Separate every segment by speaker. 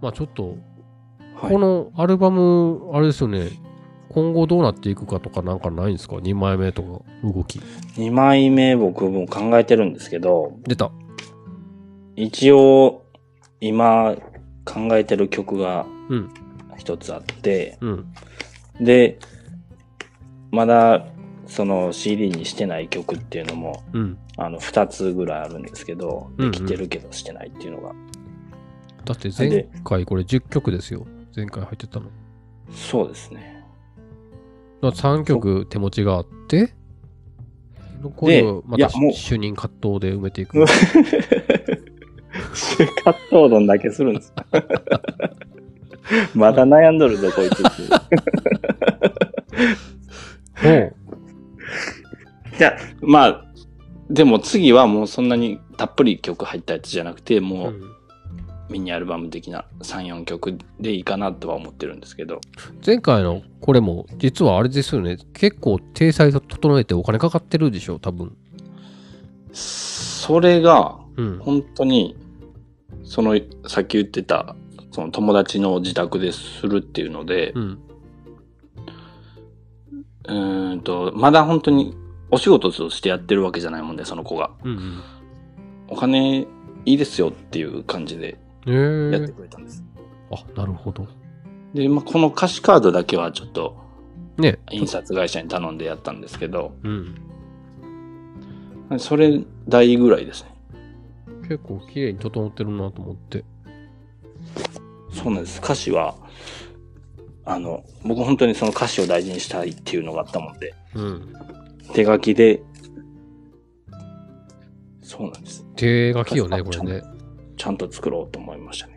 Speaker 1: まあちょっと、
Speaker 2: はい
Speaker 1: このアルバム、あれですよね、今後どうなっていくかとかなんかないんですか ?2 枚目とか、動き。
Speaker 2: 2枚目僕も考えてるんですけど、
Speaker 1: 出た。
Speaker 2: 一応今考えてる曲が
Speaker 1: うん
Speaker 2: 一つあって、
Speaker 1: うん。
Speaker 2: で、まだその CD にしてない曲っていうのも、
Speaker 1: うん。
Speaker 2: あの、二つぐらいあるんですけど、
Speaker 1: うんう
Speaker 2: で
Speaker 1: ん
Speaker 2: きてるけどしてないっていうのが。
Speaker 1: だって
Speaker 2: なん
Speaker 1: 前
Speaker 2: で
Speaker 1: 回これ10曲ですよ。前回入ってたの。だ
Speaker 2: そうですね。
Speaker 1: から3曲手持ちがあって、残りをま
Speaker 2: いや
Speaker 1: た
Speaker 2: もう
Speaker 1: 主任葛藤で埋めていく
Speaker 2: う。わ中華東どんだけするんですか まだ悩んどるぞ、こいつっていう。
Speaker 1: ほう
Speaker 2: いや、 まあ、でも次はもうそんなにたっぷり曲入ったやつじゃなくて、
Speaker 1: う
Speaker 2: もうんミニアルバム的な3、4曲でいいかなとは思ってるんですけど。
Speaker 1: 前回のこれも、実はあれですよね。結構、体裁整えてお金かかってるでしょ、多分。
Speaker 2: それが、
Speaker 1: うん。
Speaker 2: 本当に、その、さっき言ってた、その友達の自宅でするっていうので、
Speaker 1: うん。
Speaker 2: うーんと、まだ本当にお仕事としてやってるわけじゃないもんで、その子が。
Speaker 1: うん。
Speaker 2: お金いいですよっていう感じで
Speaker 1: うん。
Speaker 2: や
Speaker 1: へ
Speaker 2: って
Speaker 1: え。
Speaker 2: くれたんです。
Speaker 1: あ、なるほど。
Speaker 2: で、まあ、この歌詞カードだけはちょっと、
Speaker 1: ね。
Speaker 2: 印刷会社に頼んでやったんですけど、
Speaker 1: うん。
Speaker 2: それ代ぐらいですね。
Speaker 1: 結構綺麗に整ってるなと思って。
Speaker 2: そうなんです。歌詞は、あの、僕本当にその歌詞を大事にしたいっていうのがあったもんで、
Speaker 1: うん。
Speaker 2: 手書きで、そうなんです。
Speaker 1: 手書きよね、これね。
Speaker 2: ちゃんと作ろうと思いましたね。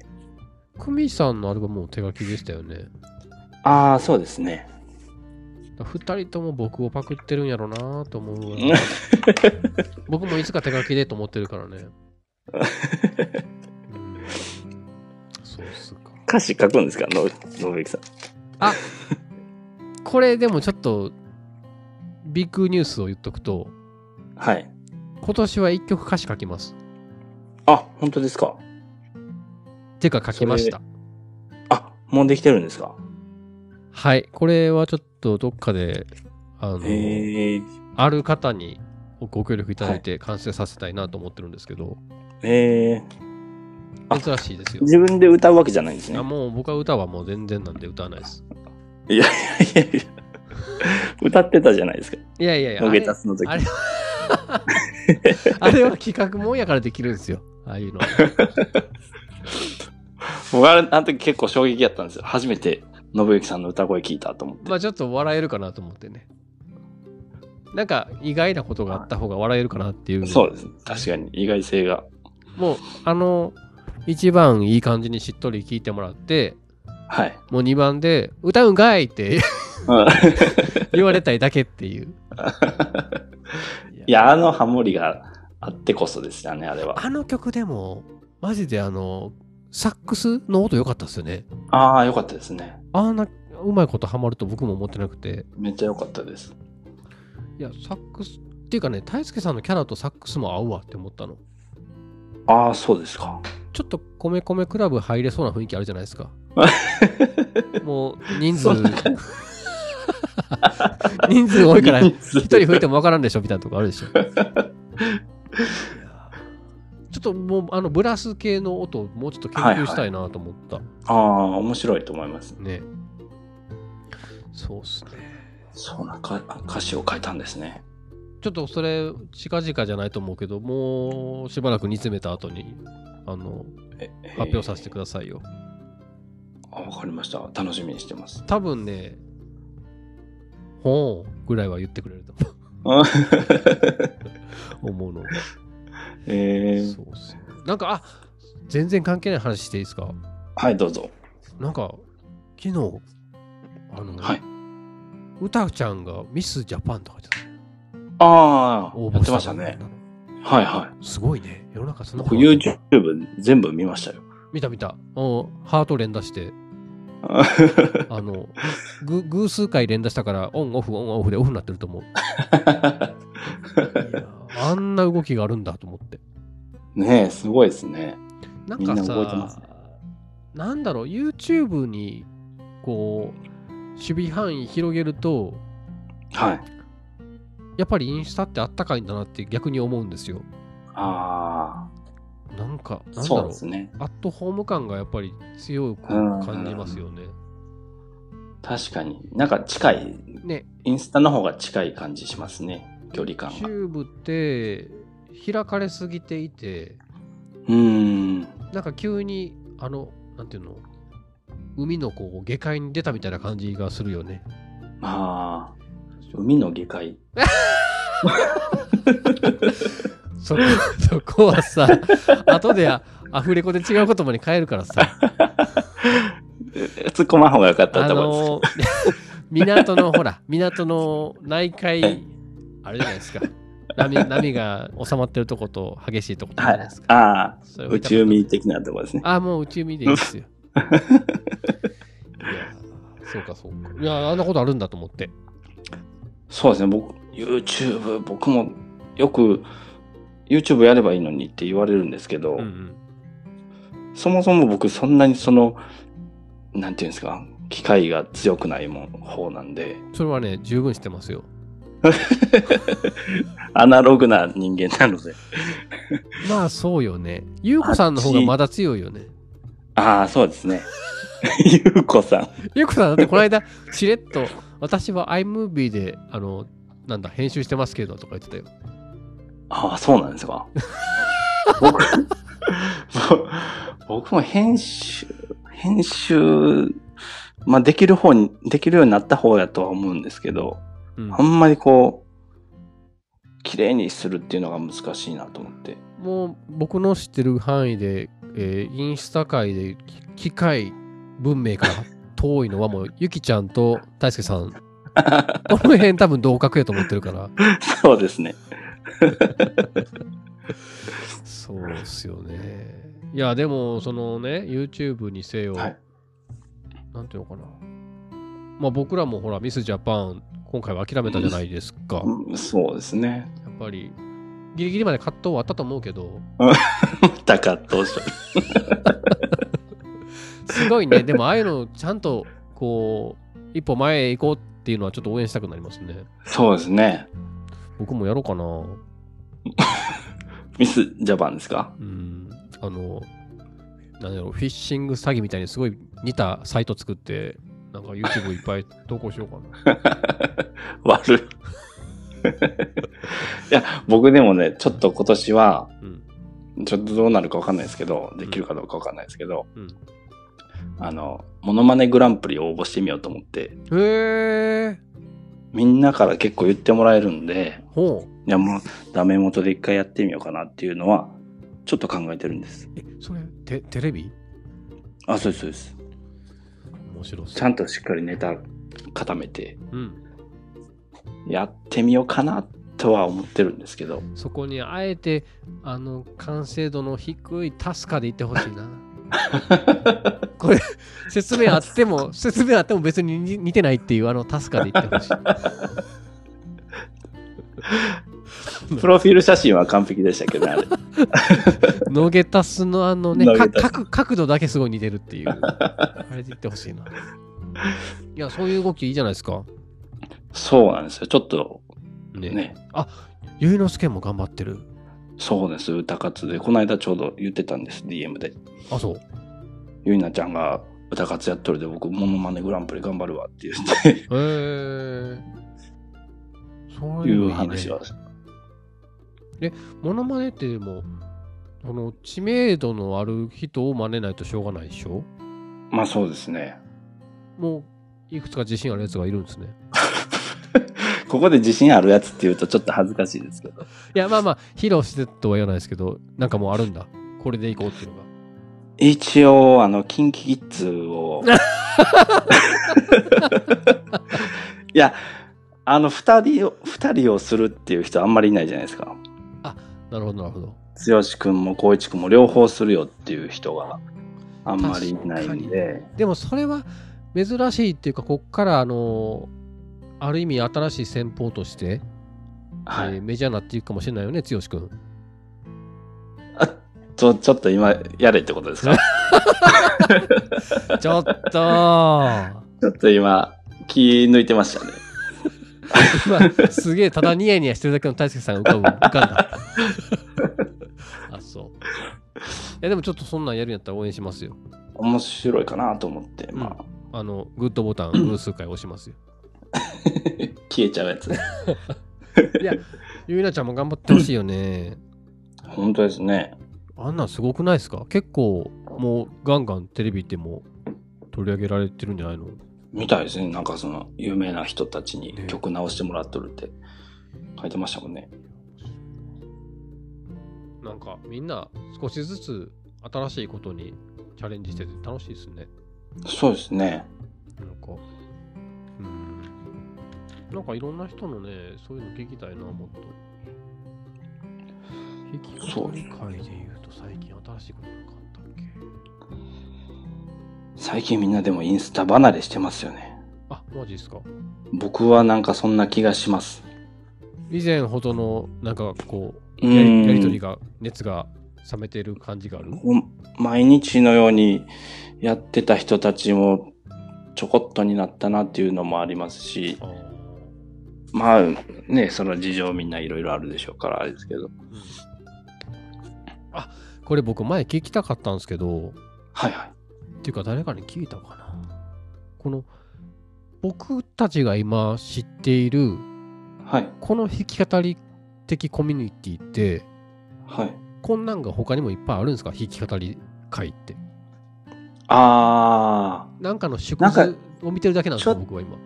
Speaker 1: 久美さんのアルバムも手書きでしたよね。
Speaker 2: ああ、そうですね。
Speaker 1: だから二人とも僕をパクってるんやろなと思うわな僕もいつか手書きでと思ってるからね。うん、そうっすか。
Speaker 2: 歌詞書くんですかの、のぶゆきさん。
Speaker 1: これでもちょっとビッグニュースを言っとくと
Speaker 2: はい。
Speaker 1: 今年は1曲歌詞書きます
Speaker 2: あ、本当ですか。
Speaker 1: てか書きました
Speaker 2: あ、もうできてるんですか。
Speaker 1: はいこれはちょっとどっかであの
Speaker 2: へえ。
Speaker 1: ある方にご協力いただいて完成させたいなと思ってるんですけど、
Speaker 2: へえ。あ
Speaker 1: 珍しいですよ
Speaker 2: 自分で歌うわけじゃないんですね
Speaker 1: あ。もう僕は歌はもう全然なんで歌わないです
Speaker 2: いやいやいやいや。歌ってたじゃないですか。
Speaker 1: いやいやいや
Speaker 2: の
Speaker 1: あ
Speaker 2: げ
Speaker 1: れ
Speaker 2: たすの時。
Speaker 1: あれ あれは企画もんやからできるんですよああ いうのは
Speaker 2: 僕あれ、あの時結構衝撃やったんですよ。初めて、信之さんの歌声聞いたと思って。
Speaker 1: まあちょっと笑えるかなと思ってね。なんか意外なことがあった方が笑えるかなっていう。
Speaker 2: そうですね。確かに、意外性が。
Speaker 1: もう、あの、一番いい感じにしっとり聞いてもらって、
Speaker 2: はい。
Speaker 1: もう2番で、歌うんかいって
Speaker 2: うん
Speaker 1: 言われたいだけっていう。
Speaker 2: いや、あのハモリがあってこそですよね、あれは。
Speaker 1: あの曲でも、マジであの、サックスの音良かったですよね。
Speaker 2: ああ、よかったですね。
Speaker 1: あんなうまいことハマると僕も思ってなくて。
Speaker 2: めっちゃよかったです。
Speaker 1: いや、サックス、っていうかね、大輔さんのキャラとサックスも合うわって思ったの。
Speaker 2: ああ、そうですか。
Speaker 1: ちょっと米米クラブ入れそうな雰囲気あるじゃない ですか。もう人数
Speaker 2: そんな、
Speaker 1: 人数多いから一
Speaker 2: 一
Speaker 1: 人増えてもわからんでしょみたいなとこある でしょ。いやちょっともうあのブラス系の音をもうちょっと研究したいなと思った、
Speaker 2: ああ、面白いと思います。
Speaker 1: ね。そうっすね。
Speaker 2: そうなか、歌詞を書いたんですね。
Speaker 1: ちょっとそれ近々じゃないと思うけど、もうしばらく煮詰めた後にあの
Speaker 2: え
Speaker 1: 発表させてくださいよ。
Speaker 2: あわかりました。楽しみにしてます。
Speaker 1: 多分ね、ほうぐらいは言ってくれると 思うの。
Speaker 2: えー、
Speaker 1: そうっすねなんか、あ全然関係ない話していいですか
Speaker 2: はい、どうぞ。
Speaker 1: なんか、昨日、あの、
Speaker 2: はい。
Speaker 1: 歌ちゃんがミスジャパンとか言って
Speaker 2: あ
Speaker 1: た
Speaker 2: あ、やってましたね。。はいはい。
Speaker 1: すごいね。世の中そんな
Speaker 2: 僕
Speaker 1: ある
Speaker 2: YouTube 全部見ましたよ。
Speaker 1: 見た見た。おハート連打して、 あの、ぐ偶数回連打したから、オンオフ、オンオフでオフになってると思う。 いやあんな動きがあるんだと思って。
Speaker 2: ねえ、すごいですね。
Speaker 1: なん
Speaker 2: みん
Speaker 1: か
Speaker 2: な
Speaker 1: さ、
Speaker 2: 覚えてますね
Speaker 1: なんだろう、YouTube に、こう、守備範囲広げると、
Speaker 2: はい。
Speaker 1: やっぱりインスタってあったかいんだなって逆に思うんですよ。
Speaker 2: あ
Speaker 1: なんか、
Speaker 2: あ、
Speaker 1: なんだ
Speaker 2: そう
Speaker 1: ろう
Speaker 2: で、すね。
Speaker 1: アットホーム感がやっぱり強く感じますよね。
Speaker 2: 確かに。なんか近い、
Speaker 1: ね、
Speaker 2: インスタの方が近い感じしますね。距離感
Speaker 1: チ
Speaker 2: が。う
Speaker 1: ューブって開かれすぎていて、
Speaker 2: ーん。
Speaker 1: なんか急に、あの、なんていうの、海のこう下界に出たみたいな感じがするよね。
Speaker 2: ああ、海の下界。
Speaker 1: そこ そこはさ、後であアフレコで違う言葉に変えるからさ、
Speaker 2: 突っ込まん方が良かった
Speaker 1: あ
Speaker 2: と思います。
Speaker 1: の、 港のほら、港の内海、あれじゃないですか。波波が収まってるとこと激しいとことじゃ
Speaker 2: は
Speaker 1: ないで
Speaker 2: い
Speaker 1: すか。。
Speaker 2: ああ、
Speaker 1: それを見
Speaker 2: 宇
Speaker 1: た
Speaker 2: 宙民的なところですね。
Speaker 1: あ、もう宇宙見でいいです よ。いやー、そうかそうか。いやー、あんなことあるんだと思って。
Speaker 2: そうですね。僕、YouTube、僕もよく YouTube やればいいのにって言われるんですけど、
Speaker 1: うんうん。
Speaker 2: そもそも僕そんなにその、なんていうんですか、機械が強くないもん方なんで、
Speaker 1: それはね、十分してますよ。
Speaker 2: アナログな人間なので。
Speaker 1: まあそうよね。ゆうこさんの方がまだ強いよね。
Speaker 2: ああ、そうですね。 ゆうこさん。
Speaker 1: ゆうこさんだってこの間、しれっと、私は iMovie で、あの、なんだ、編集してますけどとか言ってたよ。
Speaker 2: ああ、そうなんですか。僕ぼ僕も編集、編集、まあできる方に、できるようになった方やとは思うんですけど、
Speaker 1: うん、
Speaker 2: あんまりこう、綺麗にするっていうのが難しいなと思って。
Speaker 1: もう僕の知ってる範囲で、えーインスタ界で機械文明から遠いのはもうゆきちゃんと大輔さんこの辺多分同格やと思ってる から
Speaker 2: そうですね。
Speaker 1: そうですよねいやでもそのね YouTube にせよ、
Speaker 2: はい
Speaker 1: なんていうのかなまあ僕らもほらミスジャパン今回は諦めたじゃないですかや
Speaker 2: うんそうですね。
Speaker 1: っぱりギリギリまで葛藤はあったと思うけど
Speaker 2: また葛藤した。
Speaker 1: すごいね。でも、ああいうの、ちゃんと、こう、一歩前へ行こうっていうのは、ちょっと応援したくなりますね。
Speaker 2: そうですね。
Speaker 1: 僕もやろうかな。
Speaker 2: ミスジャパンですか
Speaker 1: うん。あの、なんだろう、フィッシング詐欺みたいにすごい似たサイト作って、なんか YouTube いっぱい投稿しようかな。
Speaker 2: 悪い。 いや、僕でもね、ちょっと今年は、
Speaker 1: うん。
Speaker 2: ちょっとどうなるかわかんないですけど、できるかどうかわかんないですけど、
Speaker 1: うん
Speaker 2: あの、モノマネグランプリを応募してみようと思って、
Speaker 1: へえ。
Speaker 2: みんなから結構言ってもらえるんで、
Speaker 1: ほう。
Speaker 2: いや、もう、ダメ元で一回やってみようかなっていうのは、ちょっと考えてるんです。
Speaker 1: え、それ、テテレビ
Speaker 2: あ、そうです、そうです。
Speaker 1: 面白そう。
Speaker 2: ちゃんとしっかりネタ固めて、
Speaker 1: うん。
Speaker 2: やってみようかなとは思ってるんですけど、
Speaker 1: そこに、あえて、あの、完成度の低いタスカで行ってほしい な。これ説明あっても説明あっても別に似似てないっていうあのタスカで言ってほしい
Speaker 2: プロフィール写真は完璧でしたけどね、 あれ。
Speaker 1: ノゲタスのあのね
Speaker 2: ノゲ
Speaker 1: か
Speaker 2: タス
Speaker 1: 角角度だけすごい似てるっていうあれで言ってほしいないやそういう動きいいじゃないですか
Speaker 2: そうなんですよ。ちょっと、
Speaker 1: ね
Speaker 2: ね、
Speaker 1: ゆうのすけも頑張ってる
Speaker 2: そうです、歌活で。この間ちょうど言ってたんです、DM で。
Speaker 1: あそう
Speaker 2: ゆいなちゃんが歌活やっとるで、僕、モノマネグランプリ頑張るわって言って、
Speaker 1: へえ そう
Speaker 2: い
Speaker 1: いうのいい、
Speaker 2: う
Speaker 1: ね
Speaker 2: 話、は。
Speaker 1: モノマネってでもこの知名度のある人を真似ないとしょうがないでしょ
Speaker 2: まあそうですね。
Speaker 1: もういくつか自信あるやつがいるんですね
Speaker 2: ここで自信あるやつって言うとちょっと恥ずかしいですけど。
Speaker 1: いやまあまあ披露してとは言わないですけどなんかもうあるんだこれでいこうっていうのが
Speaker 2: 一応、あの、キンキキッズを。いや、あの、二人を、二人をするっていう人あんまりいないじゃないですか。
Speaker 1: なるほどなるほど
Speaker 2: 剛くんも光一くんも両方するよっていう人があんまりいないんで。
Speaker 1: でもそれは珍しいっていうかこっからあのある意味新しい戦法として、
Speaker 2: はい
Speaker 1: え ーメジャーになっていくかもしれないよね剛君
Speaker 2: あちょ、ちょっと今、やれってことですか
Speaker 1: ちょっと
Speaker 2: ちょっと今、気抜いてましたね。
Speaker 1: 今すげえただニヤニヤしてるだけの大輔さんが浮かぶ浮かんだあそうえでもちょっとそんなんやるんやったら応援しますよ
Speaker 2: 面白いかなと思って、
Speaker 1: ん
Speaker 2: まあ、
Speaker 1: あのグッドボタン偶数回押しますよ
Speaker 2: 消えちゃうやつ。
Speaker 1: いやゆいなちゃんも頑張ってほしいよね
Speaker 2: 本当ですね。
Speaker 1: あんなんすごくないですか結構もうガンガンテレビでも取り上げられてるんじゃないの
Speaker 2: みたいですね。なんかその、有名な人たち
Speaker 1: ね
Speaker 2: に曲直してもらっとるって書いてましたもんね。
Speaker 1: なんかみんな少しずつ新しいことにチャレンジしてて楽しいですね
Speaker 2: そうですね。
Speaker 1: なんか、うん。なんかいろんな人のね、そういうの聞きたいな、もっと。
Speaker 2: そう
Speaker 1: 聞き語り会で言うと最近新しいことなんかあったっけ
Speaker 2: 最近みんなでもインスタ離れしてますよね。
Speaker 1: あ、マジですか。
Speaker 2: 僕はなんかそんな気がします。
Speaker 1: 以前ほどの、なんかこ
Speaker 2: う
Speaker 1: う、やりやりと
Speaker 2: ん
Speaker 1: り。が、熱が冷めてる感じがある。
Speaker 2: 毎日のようにやってた人たちもちょこっとになったなっていうのもありますし、
Speaker 1: あー
Speaker 2: まあね、その事情みんないろいろあるでしょうから、あれですけど。
Speaker 1: うんあこれ僕前聞きたかったんですけど、
Speaker 2: はいはい。
Speaker 1: っていうか誰かに聞いたかな。この、僕たちが今知っている
Speaker 2: はい。
Speaker 1: この弾き語り的コミュニティって
Speaker 2: はい。
Speaker 1: こんなんが他にもいっぱいあるんですか弾き語り会って
Speaker 2: あ
Speaker 1: なんかの縮
Speaker 2: なん
Speaker 1: 図を見てるだけなんですか
Speaker 2: ちょ
Speaker 1: 僕は今
Speaker 2: ー、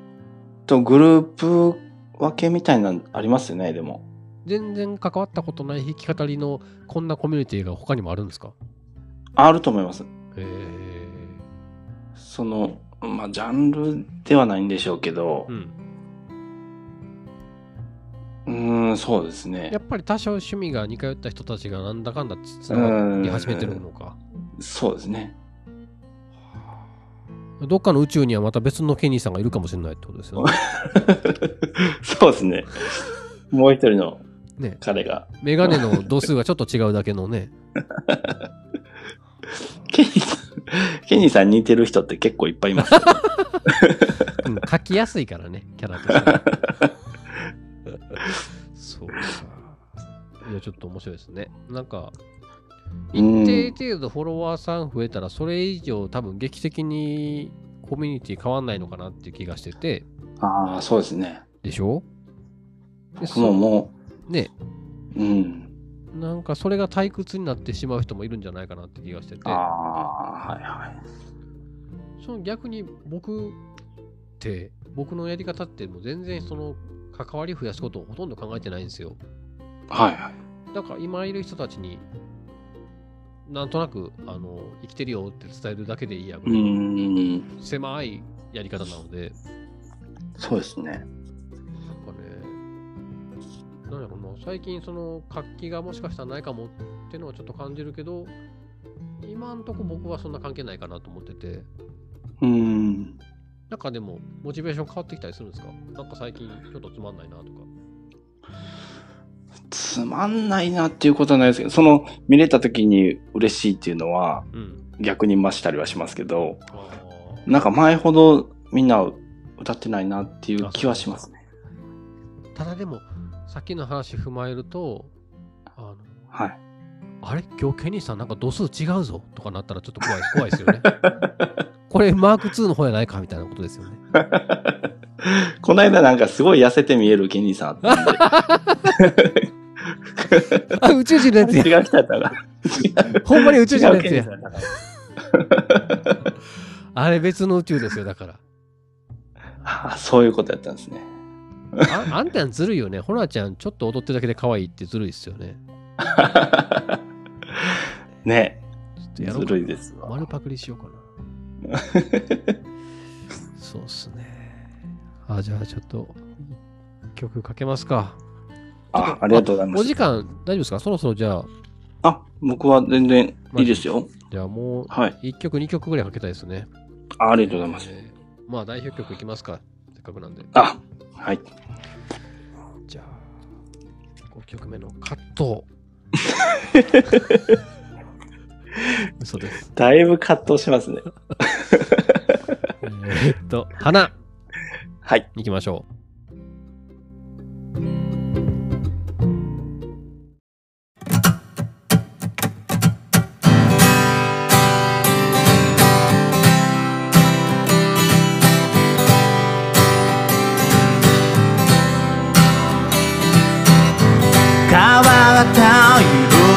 Speaker 2: と、グループ分けみたいなのありますよね、でも。
Speaker 1: 全然関わったことない弾き語りのこんなコミュニティが他にもあるんですか
Speaker 2: あると思います。
Speaker 1: へえ
Speaker 2: その、まあ、ジャンルではないんでしょうけど
Speaker 1: う、ん
Speaker 2: うーん、そうですね
Speaker 1: や。っぱり多少趣味が似通った人たちがなんだかんだつつながり始めてるのか
Speaker 2: そうですね。
Speaker 1: どっかの宇宙にはまた別のケニーさんがいるかもしれないってことですよ ね
Speaker 2: そうですね。もう一人の
Speaker 1: ね
Speaker 2: 彼が。
Speaker 1: メガネの度数がちょっと違うだけのね
Speaker 2: ケニーさん、 ケニーさん似てる人って結構いっぱいい ます。
Speaker 1: うん書きやすいからね、キャラとして。そうか。いや、ちょっと面白いですね。なんか、
Speaker 2: うん
Speaker 1: 一定程度フォロワーさん増えたら、それ以上多分劇的にコミュニティ変わんないのかなっていう気がしてて、
Speaker 2: ああ、そうですね。
Speaker 1: でしょで
Speaker 2: 僕もも
Speaker 1: そうね、
Speaker 2: う、うん。
Speaker 1: なんかそれが退屈になってしまう人もいるんじゃないかなって気がしてて、
Speaker 2: ああ、はいはい。
Speaker 1: その逆に僕って、僕のやり方ってもう全然その関わり増やすことをほとんど考えてないんですよ。
Speaker 2: はいはい。
Speaker 1: なんか今いる人たちに、なんとなく、あの、生きてるよって伝えるだけでいいや、
Speaker 2: うーん、
Speaker 1: 狭いやり方なので、
Speaker 2: そうですね。
Speaker 1: なんかね、なんやろな、最近その活気がもしかしたらないかもってのはちょっと感じるけど、今んとこ僕はそんな関係ないかなと思ってて、
Speaker 2: うーん。
Speaker 1: なんかでも、モチベーション変わってきたりするんですかなんか最近ちょっとつまんないなとか。
Speaker 2: つまんないなっていうことはないですけど、その見れた時に嬉しいっていうのは
Speaker 1: うん。
Speaker 2: 逆に増したりはしますけど、
Speaker 1: あー
Speaker 2: なんか前ほどみんな歌ってないなっていう気はしますね。
Speaker 1: ただでも、さっきの話踏まえると、あの、
Speaker 2: はい。
Speaker 1: あれ今日ケニーさんなんか度数違うぞとかなったらちょっと怖い怖いですよ ね。これマーク2の方やないかみたいなことです よね。
Speaker 2: この間なんかすごい痩せて見えるケニーさんあったんで、
Speaker 1: あ、宇宙人のやつや。
Speaker 2: 違う人やったな。
Speaker 1: ほんまに宇宙人のやつ
Speaker 2: 違うケニー
Speaker 1: や
Speaker 2: さん。やったな
Speaker 1: あれ別の宇宙ですよ、だから。
Speaker 2: ああそういうことやったんですね。
Speaker 1: ああんたんずるいよね。ホラちゃんちょっと踊ってるだけで可愛いってずるいっすよね。
Speaker 2: ね、
Speaker 1: ちょっとやろ
Speaker 2: ず
Speaker 1: うか
Speaker 2: るいですわ。
Speaker 1: 丸パクリしようかな。 そうっすね。あ、じゃあちょっと曲かけますか。
Speaker 2: あありがとうございま
Speaker 1: お
Speaker 2: す。
Speaker 1: 時間大丈夫ですかそろそろじゃあ、
Speaker 2: あ、僕は全然いいですよ。
Speaker 1: じゃあもう
Speaker 2: はい。
Speaker 1: 1曲2曲ぐらいかけたいですね。
Speaker 2: あありがとうございます。
Speaker 1: えーまあ代表曲いきますか。せっかくなんで。
Speaker 2: あ、はい。
Speaker 1: じゃあ、5曲目のカット。嘘です。
Speaker 2: だいぶ葛藤しますね。
Speaker 1: えーっと、花、
Speaker 2: はい。
Speaker 1: 行きましょ
Speaker 3: 変わった色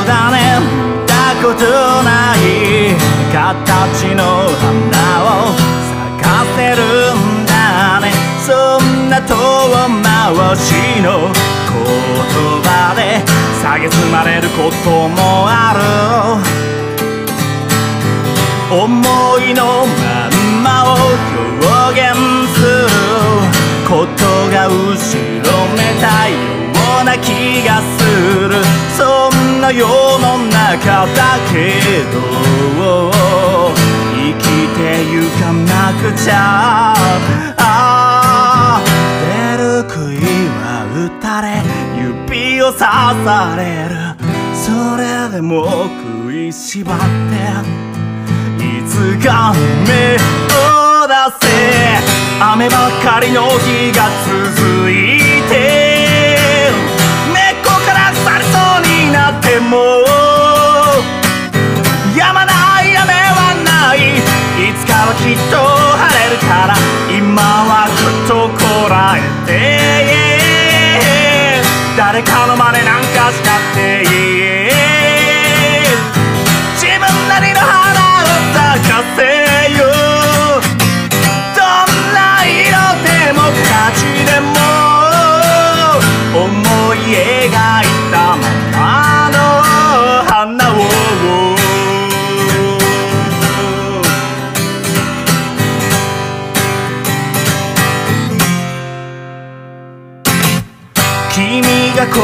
Speaker 3: だね見たことない形の花を咲かせるんだねそんな遠回しの言葉で蔑まれることもある思いのまんまを表現することが後ろめたいような気がするそんな世の中だけど生きてゆかなくちゃああ出る杭は打たれ指を刺されるそれでも食いしばっていつか目を出せ雨ばかりの日が続いて根っこから腐りそうになっても止まない雨はないいつかはきっと晴れるから今はぐっとこらえて誰かの真似なんかしたっていい自分なりの花を咲かせよどんな色でも形でも思い描いたままの花を君が心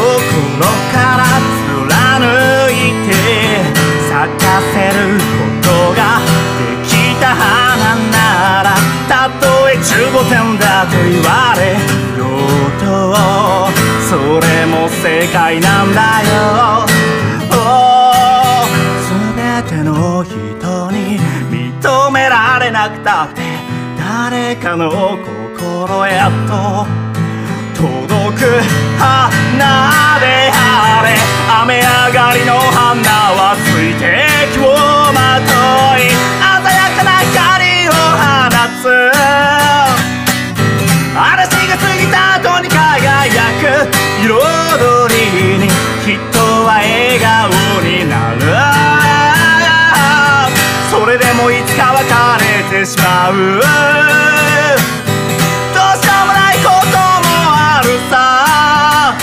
Speaker 3: から貫いて咲かせることができた花ならたとえ15点だと言われようとそれも正解なんだよおー全ての人に認められなくたって誰かの心へと届く花であれ雨上がりの花は水滴をまとい鮮やかな光を放つ嵐が過ぎた後に輝く彩りに人は笑顔になるそれでもいつか別れてしまうどうしようもないこともあるさ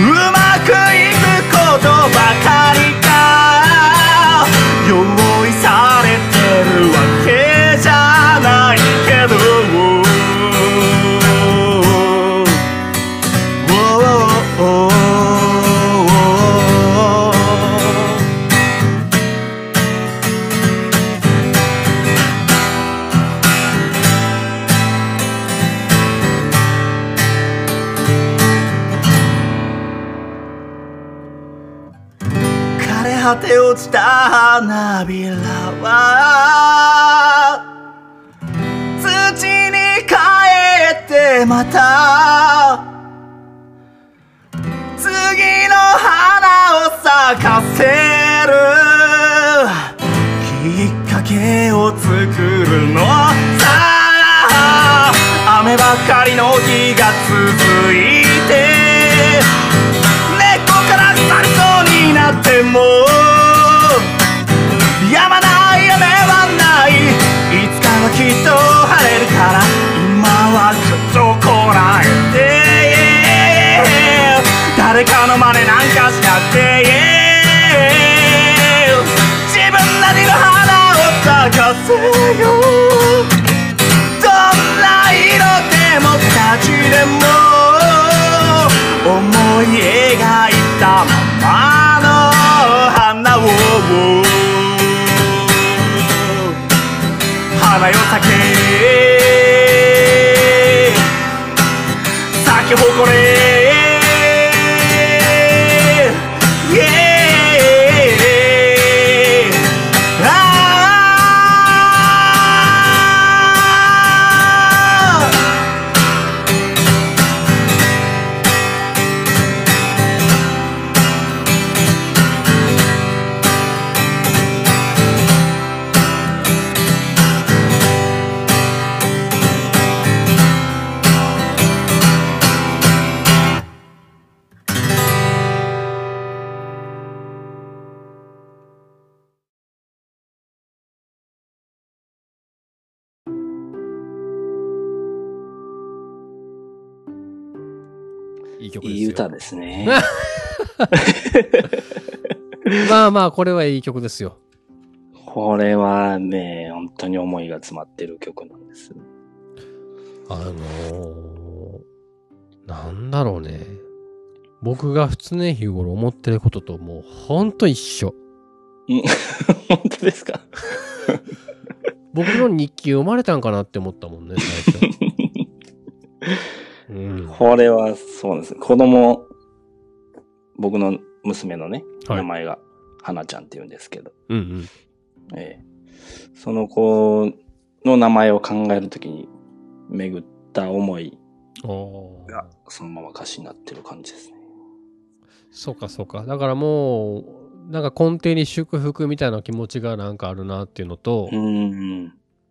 Speaker 3: うまくいくことばかりが用意されてるわけじゃないけど枯れ果て落ちた花びらは土に帰ってまた次の花を咲かせるきっかけを作るのさ雨ばかりの日が続いて根っこから腐りそうになっても止まない雨はないいつかはきっと晴れるから今はぐっとこらえて誰かの真似なんかしなくて自分なりの花を咲かせよどんな色でも形でも思い描いたままの花を花よ咲け咲き誇れ Yeah
Speaker 1: いい曲ですよ。
Speaker 2: いい歌ですね。
Speaker 1: まあまあ、これはいい曲ですよ。
Speaker 2: これはね、本当に思いが詰まってる曲なんです。
Speaker 1: あのー、なんだろうね。僕が常日頃思ってることともうほんと一緒。
Speaker 2: 本当ですか
Speaker 1: 僕の日記読まれたんかなって思ったもんね、最初。 うん。は
Speaker 2: これはそうなんです。子供、僕の娘のね、
Speaker 1: はい
Speaker 2: 名前が花ちゃんって言うんですけど、
Speaker 1: うんうん。
Speaker 2: ええその子の名前を考えるときに巡った思い
Speaker 1: おー
Speaker 2: がそのまま歌詞になってる感じですね。
Speaker 1: そうかそうか。だからもう、なんか根底に祝福みたいな気持ちがなんかあるなっていうのと、
Speaker 2: うーん。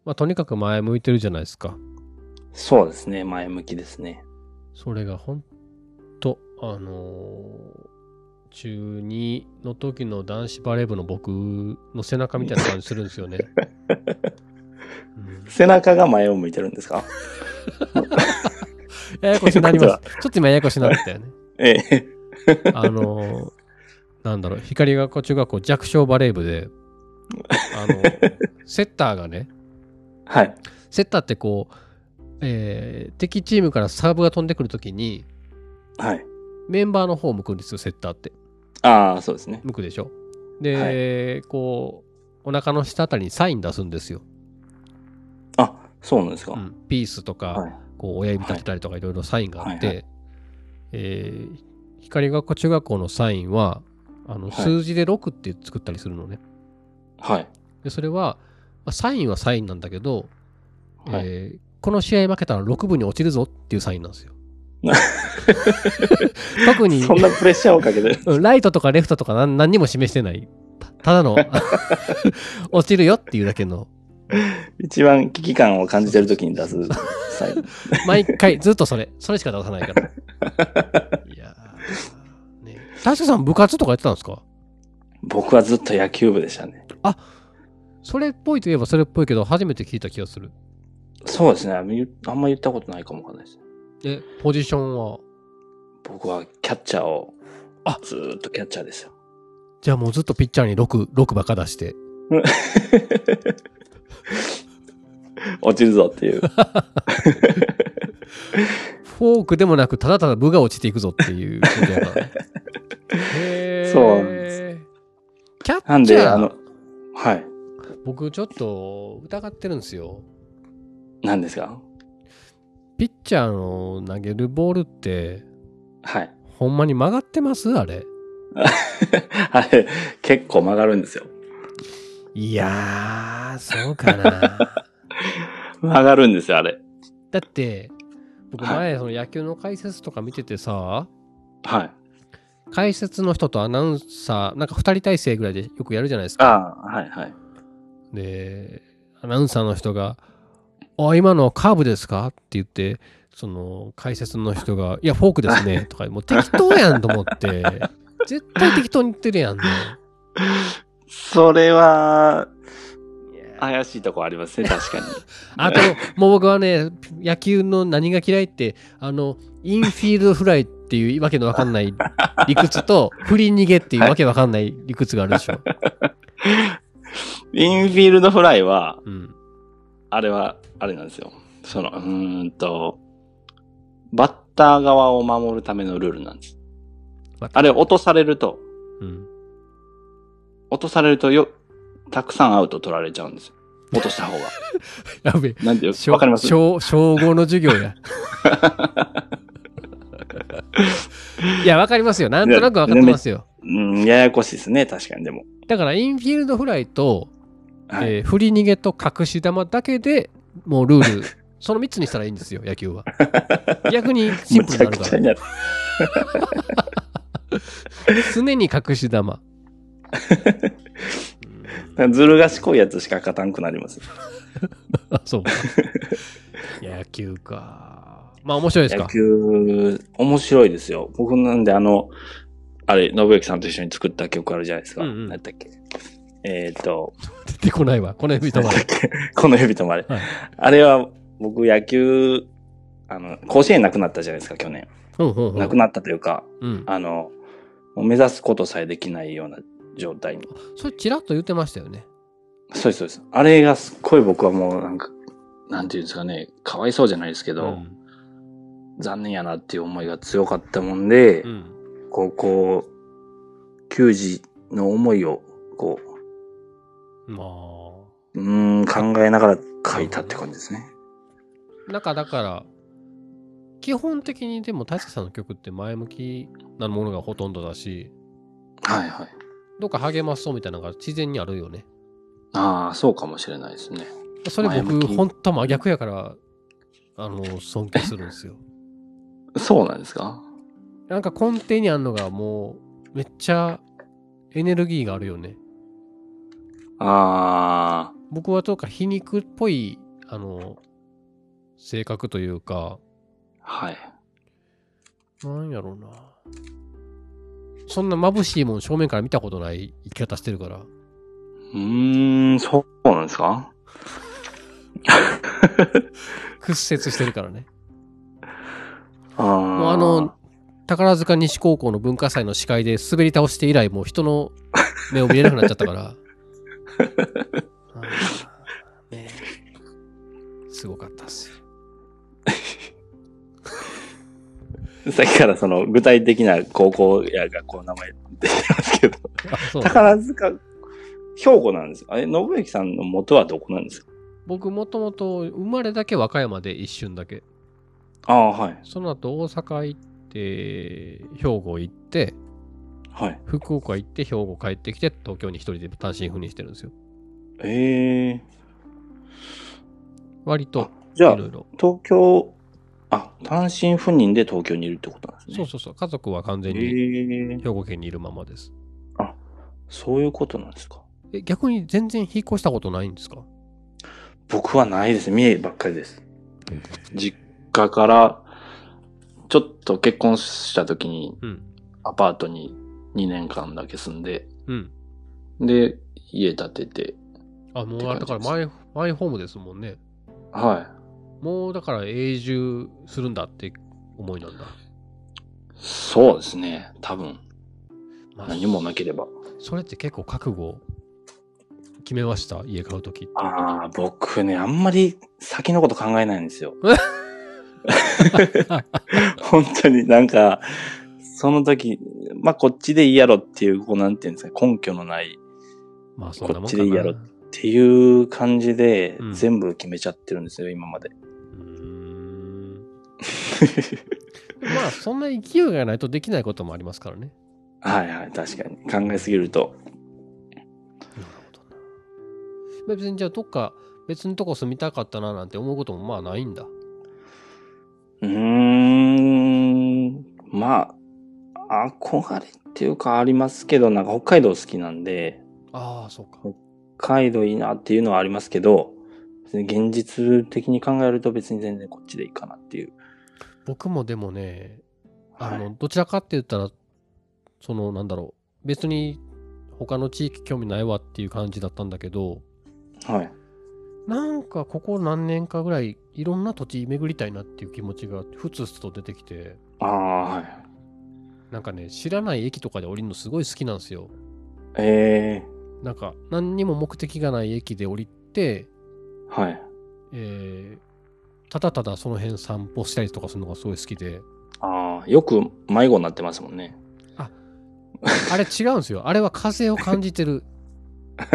Speaker 1: まあとにかく前向いてるじゃないですか。
Speaker 2: そうですね。前向きですね。
Speaker 1: それがほんと、あのー中2の時の男子バレー部の僕の背中みたいな感じするんですよ ね。うん
Speaker 2: 背中が前を向いてるんですか
Speaker 1: や やこしになります。ちょっと今ややこしになってたよね。
Speaker 2: ええ。
Speaker 1: あのーなんだろう、光学校中学校弱小バレー部で、あ の、セッターがね、
Speaker 2: はい。
Speaker 1: セッターってこう、えー敵チームからサーブが飛んでくるときに、
Speaker 2: はい。
Speaker 1: メンバーの方を向くんですよ、セッターって。
Speaker 2: ああ、そうですね。
Speaker 1: 向くでしょで、こうお腹の下あたりにサイン出すんですよ、
Speaker 2: あ、そうなんですか。
Speaker 1: うんピースとか、
Speaker 2: はい。
Speaker 1: こう親指立てたりとかいろいろサインがあって、
Speaker 2: はい
Speaker 1: えー光学校中学校のサインはあの
Speaker 2: はい
Speaker 1: 数字で6って作ったりするのね、
Speaker 2: はい。
Speaker 1: でそれはまあサインはサインなんだけど、
Speaker 2: はい
Speaker 1: えーこの試合負けたら6分に落ちるぞっていうサインなん ですよ特に
Speaker 2: そんなプレッシャーをかけてる。
Speaker 1: うんライトとかレフトとか何何にも示してない。たた だの、落ちるよっていうだけの、
Speaker 2: 一番危機感を感じてる時に出すサイン。
Speaker 1: 毎回ずっとそれ、それしか出さないから。いやーね。大将さん部活とかやってたんですか
Speaker 2: 僕はずっと野球部でしたね。
Speaker 1: それっぽいといえばそれっぽいけど、初めて聞いた気がする。
Speaker 2: そうですね。あんま言あんま言ったことないかもわかんないです。
Speaker 1: え、ポジションは
Speaker 2: 僕はキャッチャーを、
Speaker 1: あ
Speaker 2: ずーっとキャッチャーですよ。
Speaker 1: じゃあもうずっとピッチャーに6、6ばっか出して。
Speaker 2: 落ちるぞって いう。
Speaker 1: フォークでもなく、ただただ部が落ちていくぞっていうことや からね。へー
Speaker 2: そうなん
Speaker 1: キャッチャー
Speaker 2: なんで、あの、はい。
Speaker 1: 僕ちょっと疑ってるんですよ。
Speaker 2: 何ですか
Speaker 1: ピッチャーの投げるボールって、
Speaker 2: はい。
Speaker 1: ほんまに曲がってますあれ。
Speaker 2: あれ、結構曲がるんですよ。
Speaker 1: いやー、そうか な。
Speaker 2: 曲がるんですよ、あれ。
Speaker 1: だって、僕
Speaker 2: はい
Speaker 1: 前、その野球の解説とか見ててさ、
Speaker 2: はい。
Speaker 1: 解説の人とアナウンサー、なんか2人体制ぐらいでよくやるじゃないです
Speaker 2: あ
Speaker 1: か。
Speaker 2: あ、はい、はい。
Speaker 1: で、アナウンサーの人が、あ、今のはカーブですかって言って、その解説の人が、いや、フォークです ね、とか、もう適当やんと思って、絶対適当に言ってるやんね。
Speaker 2: それは、怪しいとこありますね、確 かに。
Speaker 1: あと、もう僕はね、野球の何が嫌いって、あの、インフィールドフライっていうわけのわかんない理屈と、振り逃げっていうわけわかんない理屈があるでしょ。
Speaker 2: インフィールドフライは、
Speaker 1: うん。
Speaker 2: あれは、あれなんですよ。その、うーんと、バッター側を守るためのルールなんです。あれ、落とされると、
Speaker 1: うん。
Speaker 2: 落とされるとよ、たくさんアウト取られちゃうんですよ。落とし た方が。
Speaker 1: やべ
Speaker 2: なんていう
Speaker 1: え。
Speaker 2: わかります
Speaker 1: 小小5の授業 や。いや、わかりますよ。なんとなくわかってますよ。
Speaker 2: うん、ややこしいですね、確かに、でも。
Speaker 1: だから、インフィールドフライと、
Speaker 2: はい。
Speaker 1: えー振り逃げと隠し球だけでもうル ール、その3つにしたらいいんですよ、野球は。逆にシン
Speaker 2: む
Speaker 1: プルに
Speaker 2: ちゃ
Speaker 1: なる
Speaker 2: く
Speaker 1: か
Speaker 2: ちゃ
Speaker 1: ら
Speaker 2: に。なる。
Speaker 1: 常に隠 し玉。
Speaker 2: ずる賢いやつしか勝たんくなります。
Speaker 1: あそうか。野球か。まあ面白いです
Speaker 2: 野
Speaker 1: か。
Speaker 2: 球、面白いですよ。僕なんで、あの、あれ、信之さんと一緒に作った曲あるじゃないですか。
Speaker 1: う
Speaker 2: なん
Speaker 1: うん
Speaker 2: 何やったっけえっ、と、
Speaker 1: 出てこないわ。この指止まる。
Speaker 2: この指止まれ。
Speaker 1: はい
Speaker 2: あれは、僕、野球、あの、甲子園なくなったじゃないですか、去年。
Speaker 1: うんうんうん
Speaker 2: なくなったというか、
Speaker 1: うん、
Speaker 2: あの、もう目指すことさえできないような状態に。
Speaker 1: それちらっと言ってましたよね。
Speaker 2: そうです、そうです。あれがすっごい僕はもうなんか、なんていうんですかね、かわいそうじゃないですけど、
Speaker 1: ん
Speaker 2: 残念やなっていう思いが強かったもんで、
Speaker 1: うん
Speaker 2: 高校球児の思いを、こ
Speaker 1: ま
Speaker 2: う、うーん、考えながら書いたって感じですね。
Speaker 1: あなんかだから基本的にでも大輔さんの曲って前向きなものがほとんどだし
Speaker 2: はいはい。
Speaker 1: どっか励まそうみたいなのが自然にあるよね。
Speaker 2: ああ、そうかもしれないですね。
Speaker 1: それ
Speaker 2: 前向
Speaker 1: 僕
Speaker 2: き
Speaker 1: 本当真逆やからあの尊敬するんですよ。
Speaker 2: そうなんですか
Speaker 1: なんか根底にあるのがもうめっちゃエネルギーがあるよね。
Speaker 2: あ
Speaker 1: 僕はどうか皮肉っぽいあの性格というか
Speaker 2: あ、はい。
Speaker 1: なんやろうな。そんな眩しいもん正面から見たことない生き方してるから。
Speaker 2: うーん、そうなんですか
Speaker 1: 屈折してるからね。
Speaker 2: あ
Speaker 1: もう
Speaker 2: あ。
Speaker 1: あの、宝塚西高校の文化祭の司会で滑り倒して以来もう人の目を見れなくなっちゃったから。あーねえすごかったっすよ。
Speaker 2: さっきからその具体的な高校や学校の名前出てますけど、
Speaker 1: あそう
Speaker 2: 宝塚、兵庫なんですかえ、信之さんの元はどこなんですか
Speaker 1: 僕もともと生まれだけ和歌山で一瞬だけ。
Speaker 2: ああ、はい。
Speaker 1: その後大阪行って、兵庫行って、
Speaker 2: はい。
Speaker 1: 福岡行って、兵庫帰ってきて、東京に一人で単身赴任してるんですよ。
Speaker 2: ええ
Speaker 1: 割とい
Speaker 2: じゃあ
Speaker 1: ろ、いろ。
Speaker 2: 東京、あ、単身赴任で東京にいるってことなんですね。
Speaker 1: そうそうそう。家族は完全に
Speaker 2: ええ
Speaker 1: 兵庫県にいるままです。
Speaker 2: そういうことなんですか
Speaker 1: え、逆に全然引っ越したことないんですか
Speaker 2: 僕はないです。三重ばっかりです。実家から、ちょっと結婚した時に
Speaker 1: うん。
Speaker 2: アパートに2年間だけ住んで、
Speaker 1: うん。
Speaker 2: で、家建てて、
Speaker 1: あ、もうあれだからマイ、マイホームですもんね。
Speaker 2: はい。
Speaker 1: もうだから永住するんだって思いなんだ。
Speaker 2: そうですね。多分、
Speaker 1: まあ
Speaker 2: 何もなければ。
Speaker 1: それって結構覚悟決めました家買うとき。
Speaker 2: ああ、僕ね、あんまり先のこと考えないん ですよ。本当になんか、その時、まあこっちでいいやろっていう、こうなんていうんですか、根拠のない
Speaker 1: まあそんなもんかな。
Speaker 2: こっちでいいやろっていう感じで、
Speaker 1: うん
Speaker 2: 全部決めちゃってるんですよ、今まで。
Speaker 1: うーん。まあそんな勢いがないとできないこともありますからね。
Speaker 2: はいはい、確かに。考えすぎると。
Speaker 1: なるほどな。まあ別にじゃあどっか別のとこ住みたかったななんて思うこともまあないんだ。
Speaker 2: うーん、まあ、憧れっていうかありますけど、なんか北海道好きなんで、
Speaker 1: ああ、そうか。
Speaker 2: 北海道いいなっていうのはありますけど、別に現実的に考えると別に全然こっちでいいかなっていう。
Speaker 1: 僕もでもね、あ
Speaker 2: はい
Speaker 1: の、どちらかって言ったら、その、なんだろう、別に他の地域興味ないわっていう感じだったんだけど、
Speaker 2: はい。
Speaker 1: なんかここ何年かぐらい、いろんな土地巡りたいなっていう気持ちがふつふつと出てきて、
Speaker 2: ああ、はい。
Speaker 1: なんかね、知らない駅とかで降りるのすごい好きなんですよ。
Speaker 2: ええ
Speaker 1: なんか、何にも目的がない駅で降りて、
Speaker 2: はい。
Speaker 1: えー、ただただその辺散歩したりとかするのがすごい好きで、
Speaker 2: ああ、よく迷子になってますもんね。
Speaker 1: あれ違うんですよ。あれは風を感じてる。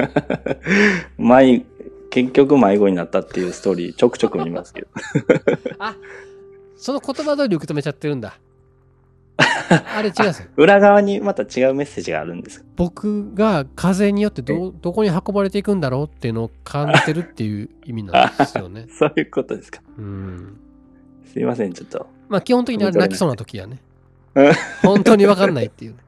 Speaker 2: 迷、結局迷子になったっていうストーリーちょくちょく見ますけど。
Speaker 1: あその言葉通り受け止めちゃってるんだ。あれ違うんですよ。
Speaker 2: 裏側にまた違うメッセージがあるんです。。
Speaker 1: 僕が風によってどどこに運ばれていくんだろうっていうのを感じてるっていう意味なんですよね
Speaker 2: そういうことですか。
Speaker 1: うん。
Speaker 2: すいません、ちょっと。
Speaker 1: まあ基本的にあれ泣きそうな時やね
Speaker 2: うん。
Speaker 1: 本当にわかんないっていうね。